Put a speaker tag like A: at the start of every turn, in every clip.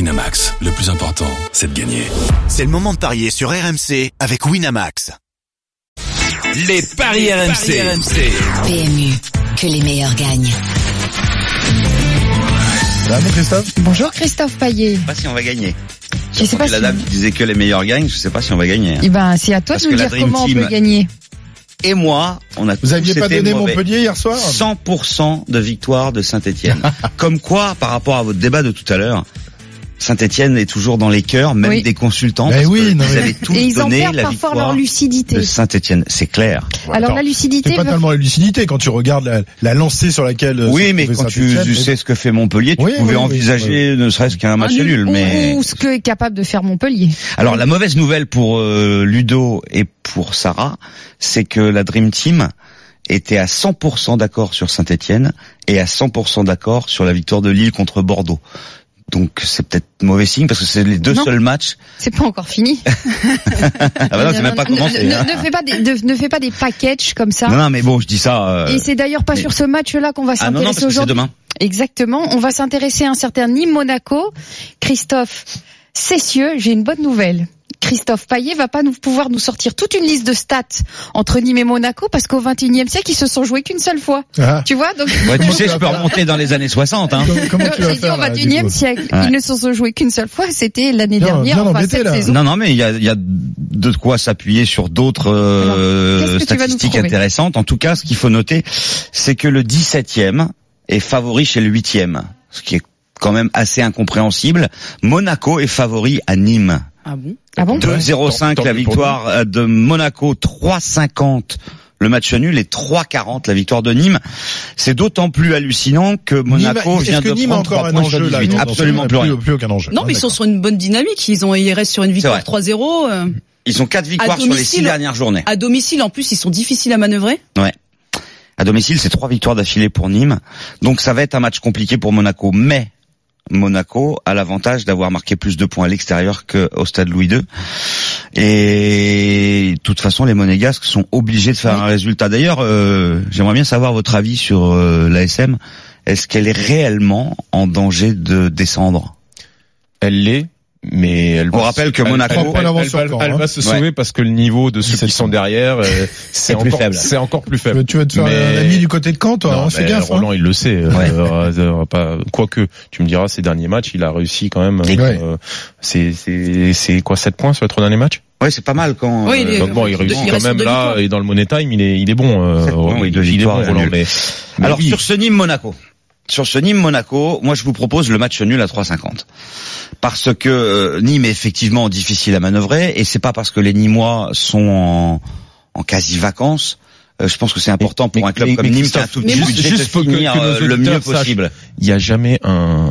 A: Winamax, le plus important, c'est de gagner.
B: C'est le moment de parier sur RMC avec Winamax.
C: Les paris, RMC.
D: PMU, que les meilleurs gagnent.
E: Bonjour Christophe Paillet.
F: sais pas si on va gagner.
E: Je sais pas si.
F: La dame qui disait que les meilleurs gagnent, je sais pas si on va gagner. hein.
E: Eh ben, c'est à toi
F: Parce
E: de nous
F: que la
E: dire
F: Dream
E: comment on peut
F: Team-
E: gagner.
F: Et moi, on a
G: Vous aviez pas donné Montpellier hier soir
F: 100% de victoire de Saint-Etienne. Comme quoi, par rapport à votre débat de tout à l'heure, Saint-Etienne est toujours dans les cœurs, même
E: Oui.
F: des consultants.
G: Ben
F: parce
G: oui,
F: que
G: non,
F: vous
G: mais-
F: avez tous
E: Et ils en
F: donné
E: perdent
F: la
E: parfois leur
F: victoire
E: lucidité.
F: de Saint-Etienne, c'est clair.
E: Alors
G: Attends,
E: la lucidité,
G: C'est pas
E: veut-
G: tellement la lucidité quand tu regardes la, la lancée sur laquelle. euh,
F: Oui,
G: se
F: mais
G: trouvait
F: quand tu,
G: Saint-Etienne,
F: tu
G: mais-
F: sais ce que fait Montpellier, tu
G: Oui, oui,
F: pouvais
G: oui,
F: envisager ne serait-ce qu'un match
E: un
F: nul.
E: ou-
F: Mais
E: ou, ce que est capable de faire Montpellier.
F: Alors la mauvaise nouvelle pour euh, Ludo et pour Sarah, c'est que la Dream Team était à 100% d'accord sur Saint-Etienne et à 100% d'accord sur la victoire de Lille contre Bordeaux. Donc c'est peut-être mauvais signe parce que c'est les deux
E: Non.
F: seuls matchs.
E: C'est pas encore fini.
F: Ah bah non, c'est même pas
E: Ne- ne-
F: commencé. hein.
E: Ne, ne fais pas des, de- ne fais pas des packages comme ça.
F: Non, non, mais bon, je dis ça. euh,
E: Et c'est d'ailleurs pas
F: mais-
E: sur ce match-là qu'on va
F: Ah non, non,
E: s'intéresser
F: parce que c'est
E: aujourd'hui.
F: demain.
E: Exactement. On va s'intéresser à un certain Nîmes Monaco. Christophe Cessieux, j'ai une bonne nouvelle. Christophe Paillet va pas nous pouvoir nous sortir toute une liste de stats entre Nîmes et Monaco parce qu'au 21e siècle, ils se sont joués qu'une seule fois.
G: Ah,
E: Tu vois, donc
F: Ouais, tu
G: Comment tu
F: sais, je
G: vas
F: peux
G: faire
F: remonter dans les années 60. Hein.
G: com- Comment tu vas
E: j'ai dit au
G: faire là, du
E: 21e
G: coup
E: siècle,
F: Ouais.
E: ils ne se sont joués qu'une seule fois. C'était l'année
G: Bien,
E: dernière,
G: bien
E: enfin
G: embêté,
E: cette
G: là.
E: saison.
F: Non, non, mais il y a, il y a de quoi s'appuyer sur d'autres euh,
E: Alors, qu'est-ce que tu vas nous
F: statistiques
E: trouver
F: intéressantes. En tout cas, ce qu'il faut noter, c'est que le 17e est favori chez le 8e, ce qui est quand même assez incompréhensible. Monaco est favori à Nîmes.
E: Ah bon
F: 2-0-5 la victoire euh, de Monaco, 3-50 le match nul et 3-40 la victoire de Nîmes. C'est d'autant plus hallucinant que Monaco
G: Nîmes-
F: vient
G: est-ce que
F: de
G: Nîmes a
F: prendre
G: encore
F: 3
G: un
F: points sur
G: enjeu là
F: 18.
G: dans- dans ce
F: Absolument
G: match
F: plus rien.
G: Plus, plus aucun enjeu.
H: Non,
G: Ah,
H: mais ils sont
G: d'accord.
H: sur une bonne dynamique. Ils ont ils restent sur une victoire
F: vrai.
H: 3-0 euh,
F: Ils ont 4 victoires sur les 6
H: domicile.
F: dernières journées.
H: à domicile. En plus, ils sont difficiles à manœuvrer.
F: À domicile, c'est trois victoires d'affilée pour Nîmes. Donc ça va être un match compliqué pour Monaco. Mais Monaco a l'avantage d'avoir marqué plus de points à l'extérieur qu'au stade Louis II. Et de toute façon, les Monégasques sont obligés de faire un résultat. D'ailleurs, euh, j'aimerais bien savoir votre avis sur euh, l'ASM. Est-ce qu'elle est réellement en danger de descendre
I: Elle l'est, mais elle
F: On
I: va-
F: rappelle que
I: elle-
F: Monaco-
I: elle-
G: Trois points
I: elle-
G: d'avance
I: elle-
G: sur
I: elle-
G: Caen,
I: elle
G: hein.
I: va se sauver parce que le niveau de ceux qui sont derrière, euh, c'est
F: plus
I: encore,
F: faible.
I: c'est encore plus faible.
G: Tu veux te faire
I: Mais-
G: un ami du côté de Caen, toi
I: Non,
G: hein, Fais
I: mais
G: gaffe. hein.
I: Roland, il le sait. euh,
F: Ouais.
I: euh, on va pas- Quoique, tu me diras, ces derniers matchs, il a réussi quand même.
G: Ouais.
I: euh, c'est- C'est c'est quoi, 7 points sur les trois derniers matchs Euh,
F: Oui, c'est pas mal quand... euh,
H: Oui, il est-
I: Donc bon, il
H: il
I: réussit quand
H: reste
I: même
H: deux
I: là,
H: victoires.
I: et dans le Money Time, il est, il est bon. euh,
F: Sept points, oui, deux
I: il est bon,
F: victoires, un
I: Roland,
F: nul.
I: mais, mais
F: Alors
I: oui.
F: sur ce Nîmes Monaco. Sur ce Nîmes Monaco, moi je vous propose le match nul à 3,50 parce que euh, Nîmes est effectivement difficile à manœuvrer et c'est pas parce que les Nîmois sont en, en quasi vacances. euh, je pense que c'est important pour
I: mais-
F: un club
I: mais-
F: comme
I: mais
F: Nîmes qui a tout
I: Christophe,
F: petit
I: mais
F: budget
I: juste
F: de
I: faut que-
F: finir
I: que nos
F: euh, le
I: auditeurs
F: mieux
I: sachent.
F: possible.
I: il n'y a jamais un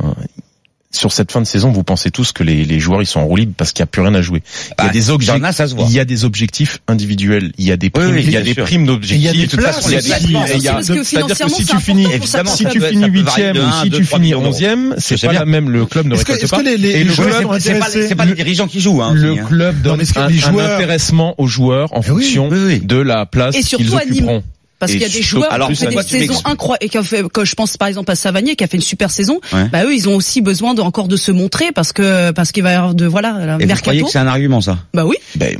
I: sur cette fin de saison, vous pensez tous que les, les joueurs ils sont en roue libre parce qu'il n'y a plus rien à jouer. Il y a
F: Bah,
I: des objectifs,
F: Darna, ça se voit.
I: il y a des objectifs individuels, il y a des primes,
F: oui,
I: il y a
F: bien
I: des
F: sûr.
I: primes d'objectifs.
G: Et il y a des
I: De toute
G: places,
I: façon, il y a
G: les
I: des
F: places,
I: primes,
F: parce
I: et il y a-
H: que
I: C'est-à-dire que
H: financièrement,
I: si
H: c'est
I: tu finis,
H: important pour
F: Évidemment,
I: si
F: ça
I: tu
F: peut-
I: finis
F: ça peut varier
I: huitième
F: de
I: ou
F: un à
I: si
F: deux,
I: tu
F: trois
I: finis
F: millions d'euros.
I: onzième, c'est
F: sais
I: pas
F: bien.
I: la même. Le club ne
G: Est-ce que,
I: récolte
G: est-ce
I: pas.
G: que les, les,
I: Et
G: les
I: le
F: C'est
I: joueur
G: joueurs sont
F: pas- c'est pas,
G: intéressés
F: c'est pas les dirigeants qui jouent. Hein, aussi,
I: Le
F: hein.
I: club
G: Non,
I: donne
G: mais est-ce que
I: un,
G: les
I: un
G: joueurs-
I: intéressement aux joueurs en
G: Ah oui,
I: fonction
F: oui, oui.
I: de la place
H: Et surtout
I: Eh qu'ils
H: à Nîmes.
I: occuperont.
H: Parce
I: Et
H: qu'il y a des
I: surtout-
H: joueurs
F: alors,
H: qui ont fait
F: pourquoi
H: des
F: tu
H: saisons
F: m'expliques
H: incroyables. Et qui ont fait, que je pense par exemple à Savanier qui a fait une super saison.
F: Ouais.
H: Bah eux, ils ont aussi besoin de, encore de se montrer parce que parce qu'il va y avoir de voilà la
F: Et vous croyez
H: mercato.
F: que c'est un argument ça
H: Bah oui.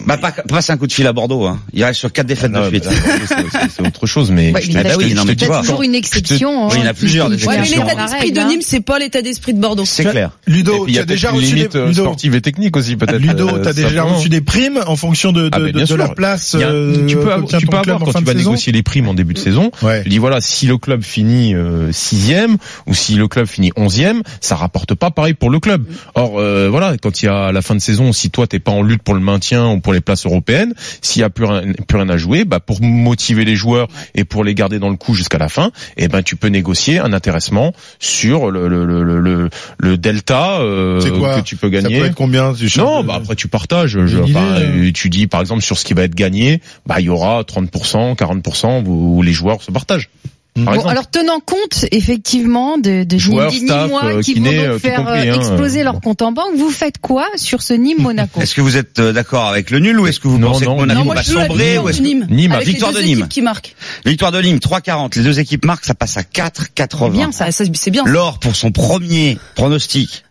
F: Bah pas, passe un coup de fil à Bordeaux. Hein. Il reste sur quatre défaites
I: Ben, Non,
F: de suite.
I: bah, c'est- c'est- c'est autre chose, mais
E: Ouais,
I: je
E: mais
I: te-
E: là,
I: je te-
F: oui,
I: je
F: non,
I: te
F: mais
I: dis
E: Il y a
I: pas.
E: toujours une exception.
F: Oui, il y en a
E: hein,
F: plusieurs, des
E: qui- qui-
H: Ouais, mais
F: sûr.
H: l'état
E: la
H: d'esprit
E: règle,
H: de
E: hein.
H: Nîmes, c'est pas l'état d'esprit de Bordeaux.
F: C'est
G: Tu as-
F: clair.
I: Et
G: Ludo,
I: puis, il
G: tu
I: y a
G: as déjà
I: peut-être une
G: reçu des
I: limite euh,
G: Ludo,
I: sportive et technique aussi peut-être.
G: Ludo,
I: euh,
G: t'as déjà
I: simplement.
G: reçu des primes en fonction de, de,
I: Ah, mais bien
G: de
I: sûr.
G: la place.
I: Il y a-
G: euh,
I: tu peux, avoir-
G: qu'obtient
I: tu
G: ton
I: peux avoir
G: club en
I: quand
G: fin
I: tu
G: de
I: vas
G: saison
I: négocier les primes en début de saison.
G: Ouais.
I: Tu dis voilà, si le club finit euh, sixième ou si le club finit onzième, ça rapporte pas pareil pour le club. Or euh, voilà, quand il y a la fin de saison, si toi t'es pas en lutte pour le maintien ou pour les places européennes, s'il y a plus rien, plus rien à jouer, bah pour motiver les joueurs et pour les garder dans le coup jusqu'à la fin, eh ben tu peux négocier un intéressement sur le le le le, le- le delta euh,
G: C'est quoi
I: que tu peux
G: Ça
I: gagner.
G: peut être combien tu sais,
I: Non,
G: de-
I: bah après tu partages. Je,
G: Une
I: enfin,
G: idée,
I: euh, tu dis par exemple sur ce qui va être gagné, bah il y aura 30%, 40% où, où les joueurs se partagent. Par
E: Bon,
I: exemple.
E: alors tenant compte effectivement de, de
I: Joueurs,
E: des
I: staff,
E: Nîmois
I: euh,
E: qui
I: kiné,
E: vont
I: euh,
E: donc
I: tout
E: faire
I: compris,
E: euh,
I: hein.
E: exploser leur compte en banque, vous faites quoi sur ce Nîmes Monaco
F: Est-ce que vous êtes euh, d'accord avec le nul ou est-ce que vous
I: Non,
F: pensez
I: non,
F: que Monaco
I: non,
H: moi
F: va
H: je joue la
F: sombrer
H: victoire
F: ou
H: de
F: est-ce que-
H: Nîmes.
I: Nîmes,
H: avec les
F: victoire
H: deux
F: de Nîmes.
H: équipes qui marquent.
F: Victoire de Nîmes 3,40. Les deux équipes marquent, ça passe à
E: C'est bien
F: 4,80.
E: ça.
H: Ça, ça, c'est bien.
F: L'or pour son premier pronostic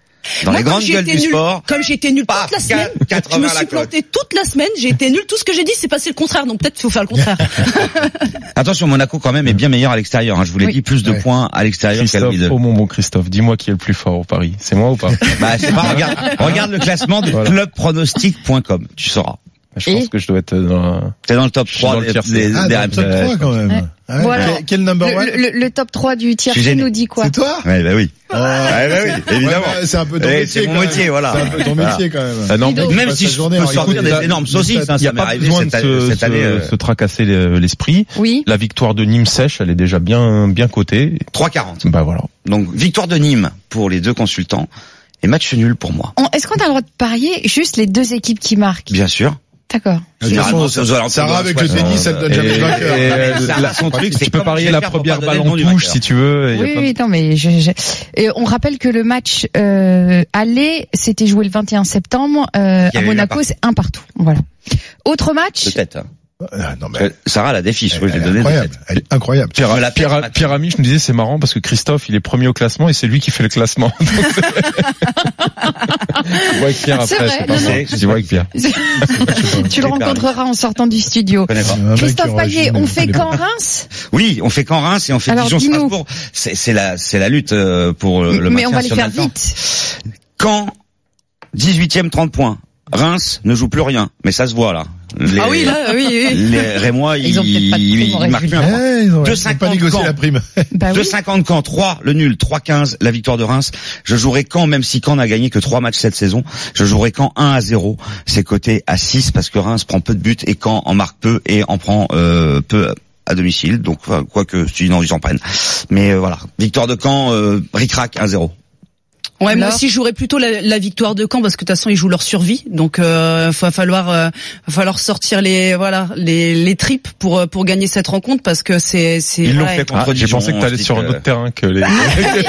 F: Dans
H: Moi,
F: les
H: comme
F: grandes
H: j'ai
F: gueules
H: été
F: du
H: nulle-
F: sport.
H: Comme j'ai été nulle toute la semaine, je
F: 80
H: me
F: la
H: suis
F: colle.
H: plantée toute la semaine, j'ai été nulle. Tout ce que j'ai dit, c'est passé le contraire. Donc peut-être qu'il faut faire le contraire.
F: Attention, Monaco quand même est bien meilleur à l'extérieur. hein. Je vous l'ai
E: Oui.
F: dit, plus de
G: Ouais.
F: points à l'extérieur qu'à la
I: Christophe,
F: Middle.
I: oh mon bon Christophe, dis-moi qui est le plus fort au Paris. C'est moi ou pas
F: Bah, c'est pas, regarde, regarde le classement de
I: Voilà.
F: clubpronostic.com, tu sauras.
I: Je
E: Et
I: pense que je dois être euh, dans la-
F: T'es dans le top
I: Je suis dans
F: 3
I: le
F: des,
I: tiers.
F: des-
G: Ah, dans
F: des
G: le
F: Rams.
G: top
I: Ouais.
G: 3 quand même.
E: Ouais.
G: Ouais.
E: Voilà.
G: Quel- Quel number one
E: Le, le- le top 3 du tiers
F: Je
E: qui
F: suis gêné.
E: nous dit quoi
G: Bah, C'est toi
F: Ouais, bah oui.
G: Oh.
F: Ouais, bah oui, évidemment.
G: Ouais, bah, c'est un peu ton
F: Eh,
G: métier.
F: c'est mon
G: quand même.
F: métier, voilà.
G: C'est un peu ton
F: Voilà.
G: métier quand même.
I: Ah non, mais-
F: Même si
G: Sa
F: je
G: journée,
F: peux
G: alors,
F: sortir
G: écoute,
F: des
G: il a-
F: énormes saucisses, hein,
I: Il n'y
F: ça
I: a
F: m'est
I: pas
F: arrivé
I: besoin de
F: cette,
I: se,
F: cette
I: se-
F: année. euh,
I: se tracasser le- l'esprit.
E: Oui.
I: La victoire de Nîmes sèche, elle est déjà bien bien cotée.
F: 3,40.
I: Bah voilà.
F: Donc, victoire de Nîmes pour les deux consultants et match nul pour moi.
E: On- Est-ce qu'on a le droit de parier juste les deux équipes qui marquent
F: Bien sûr.
E: D'accord.
G: De toute façon,
F: c'est aux alentours
G: Sarah,
F: de
G: avec le
F: 60.
G: tennis, ça te donne jamais
I: Et-
G: de vainqueur.
I: et-
F: Mais
I: euh,
F: Sarah,
I: la-
F: son truc, c'est
I: Tu peux
F: comment
I: parier
F: je vais
I: la
F: faire pour
I: première
F: pas donner
I: balle
F: le
I: en
F: nom du
I: touche
F: vainqueur.
I: si tu veux. et il y a
E: Oui,
I: plein de-
E: oui, non, mais je, je- Et on rappelle que le match euh, aller, c'était joué le 21 septembre. euh,
F: Il y
E: à
F: avait eu un
E: Monaco,
F: partout.
E: c'est un partout. Voilà. Autre match.
F: De tête. hein.
G: Ah, Non, mais
F: Parce que Sarah la défi, je
G: elle-
F: crois que je
G: elle
F: l'ai
G: est
F: donné de
G: incroyable.
F: tête.
G: Elle est incroyable.
F: Je me la
I: Pierre,
F: pète,
I: Pierre, Pierre Amiche nous disait c'est marrant parce que Christophe il est premier au classement et c'est lui qui fait le classement. Donc, c'est- tu vois avec Pierre
E: C'est
I: après,
E: vrai,
I: c'est pas
E: non,
I: ça.
F: non.
I: Tu vois avec Pierre.
E: tu le
F: J'ai parlé.
E: rencontreras en sortant du studio.
F: Je connais pas.
G: C'est un mec qui
E: Christophe
G: aura
E: Payet,
G: jamais-
E: on fait quand Reims
F: Oui, on fait qu'en Reims et on fait
E: Alors,
F: Dijon
E: dis-nous.
F: Strasbourg. C'est c'est la c'est la lutte euh, pour euh, le
E: Mais on
F: maintien
E: va les
F: sur
E: faire
F: le temps.
E: vite.
F: Caen 18e 30 points. Reims ne joue plus rien, mais ça se voit là. Les,
H: ah oui, là, oui, oui.
F: les Rémois ils,
E: Ils ont peut-être pas de prime,
F: ils- ils
E: aurait
F: marquent
E: dû
F: plus
G: Eh,
F: un point.
G: ils ont- ils ont
F: 2,50
G: pas négocié la prime.
E: Bah oui.
F: 2,50 Caen, 3 le nul, 3,15 la victoire de Reims. Je jouerai Caen même si Caen n'a gagné que 3 matchs cette saison. Je jouerai Caen 1 à 0. C'est coté à 6 parce que Reims prend peu de buts et Caen en marque peu et en prend euh, peu à domicile. Donc enfin, quoique sinon ils en prennent. Mais euh, voilà, victoire de Caen, euh, ric-rac 1 0.
H: Ouais, moi
E: Alors
H: aussi, j'aurais plutôt la, la victoire de Caen parce que de toute façon, ils jouent leur survie. Donc, euh, va falloir, euh, va falloir sortir les, voilà, les, les tripes pour euh, pour gagner cette rencontre parce que c'est, c'est.
F: Ils l'ont
H: ouais.
F: fait contre
I: Ah, J'ai
F: Dijon,
I: pensé que
F: on
I: t'allais
F: se dit
I: sur un
F: que-
I: autre terrain que les.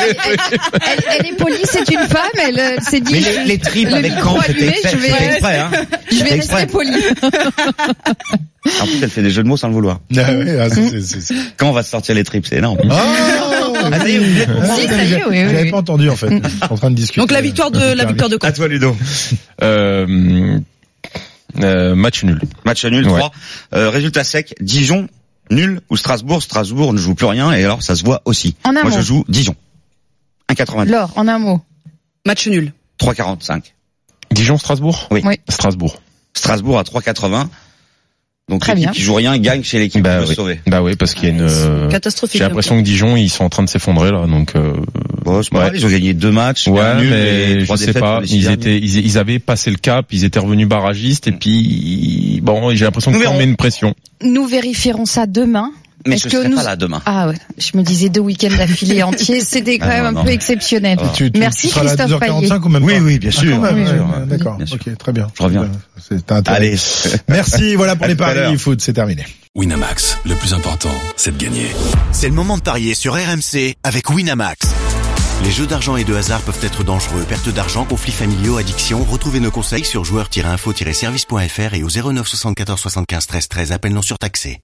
E: Elle, elle est polie, c'est une femme. Elle euh, s'est dit.
F: Mais les, les tripes
E: Le
F: avec
E: micro
F: Caen,
E: allumé,
F: c'était
E: je
F: exprès.
E: vais-
F: c'était exprès, hein.
E: Je vais
F: C'était exprès.
E: rester polie.
F: En plus, elle fait des jeux de mots sans le vouloir.
G: Ah ouais, ah, c'est- c'est- c'est-
F: Quand on va se sortir les tripes, c'est énorme.
G: Ah,
F: Ah, ça y est, vous venez pour moi
E: Si, ça y est, oui,
G: Je l'avais
E: oui.
G: pas entendu en fait. Je suis en train de discuter.
H: Donc la victoire de la victoire de Caen.
F: À toi, Ludo.
I: Euh, euh, match nul.
F: Match nul,
I: Ouais.
F: 3. Euh, résultat sec, Dijon, nul, ou Strasbourg. Strasbourg ne joue plus rien, et alors ça se voit aussi.
E: En un
F: Moi,
E: mot.
F: je joue Dijon. 1,90.
E: Laure, en un mot.
H: Match nul.
F: 3,45.
I: Dijon Strasbourg.
F: Oui.
E: Oui.
I: Strasbourg.
F: Strasbourg à 3,80. Donc
E: Très
F: l'équipe
E: bien.
F: qui joue rien gagne chez l'équipe qui
I: Bah
F: veut
I: oui.
F: se sauver.
I: Bah oui parce qu'il y a une. euh,
H: Catastrophique.
I: J'ai l'impression que Dijon ils sont en train de s'effondrer là donc. euh,
F: Bon, c'est pas
I: Ouais.
F: mal, ils ont gagné deux matchs.
I: Ouais,
F: un nul, et
I: mais je
F: trois
I: sais
F: défaites
I: pas.
F: sur les six
I: Ils
F: derniers. Mm.
I: étaient, ils, ils avaient passé le cap, ils étaient revenus barragistes et puis bon, j'ai l'impression
F: Nous
I: que ça
F: verrons.
I: met une pression.
E: Nous vérifierons ça demain.
F: Mais
E: Est-ce
F: je
E: que
F: serai
E: nous-
F: pas là demain.
E: Ah ouais, je me disais deux week-ends d'affilée entiers, c'était quand
F: Ah
E: même
F: non,
E: un
F: non,
E: peu
F: mais-
E: exceptionnel.
F: Ah.
G: Tu, tu,
E: Merci
G: tu seras là à
E: Christophe
G: 12h45 ou même pas
F: oui, bien
G: Ah, quand même,
F: bien sûr.
G: ouais, D'accord.
F: Bien sûr.
G: Ok, très bien.
F: Je reviens.
G: C'est intéressant.
F: Allez.
G: Merci. Voilà pour
F: À
G: les
F: tout à l'heure.
G: paris foot. C'est terminé.
A: Winamax, le plus important, c'est de gagner.
B: C'est le moment de parier sur RMC avec Winamax. Les jeux d'argent et de hasard peuvent être dangereux. Perte d'argent, conflits familiaux, addiction. Retrouvez nos conseils sur joueurs-info-service.fr et au 09 74 75 13 13. Appel non surtaxé.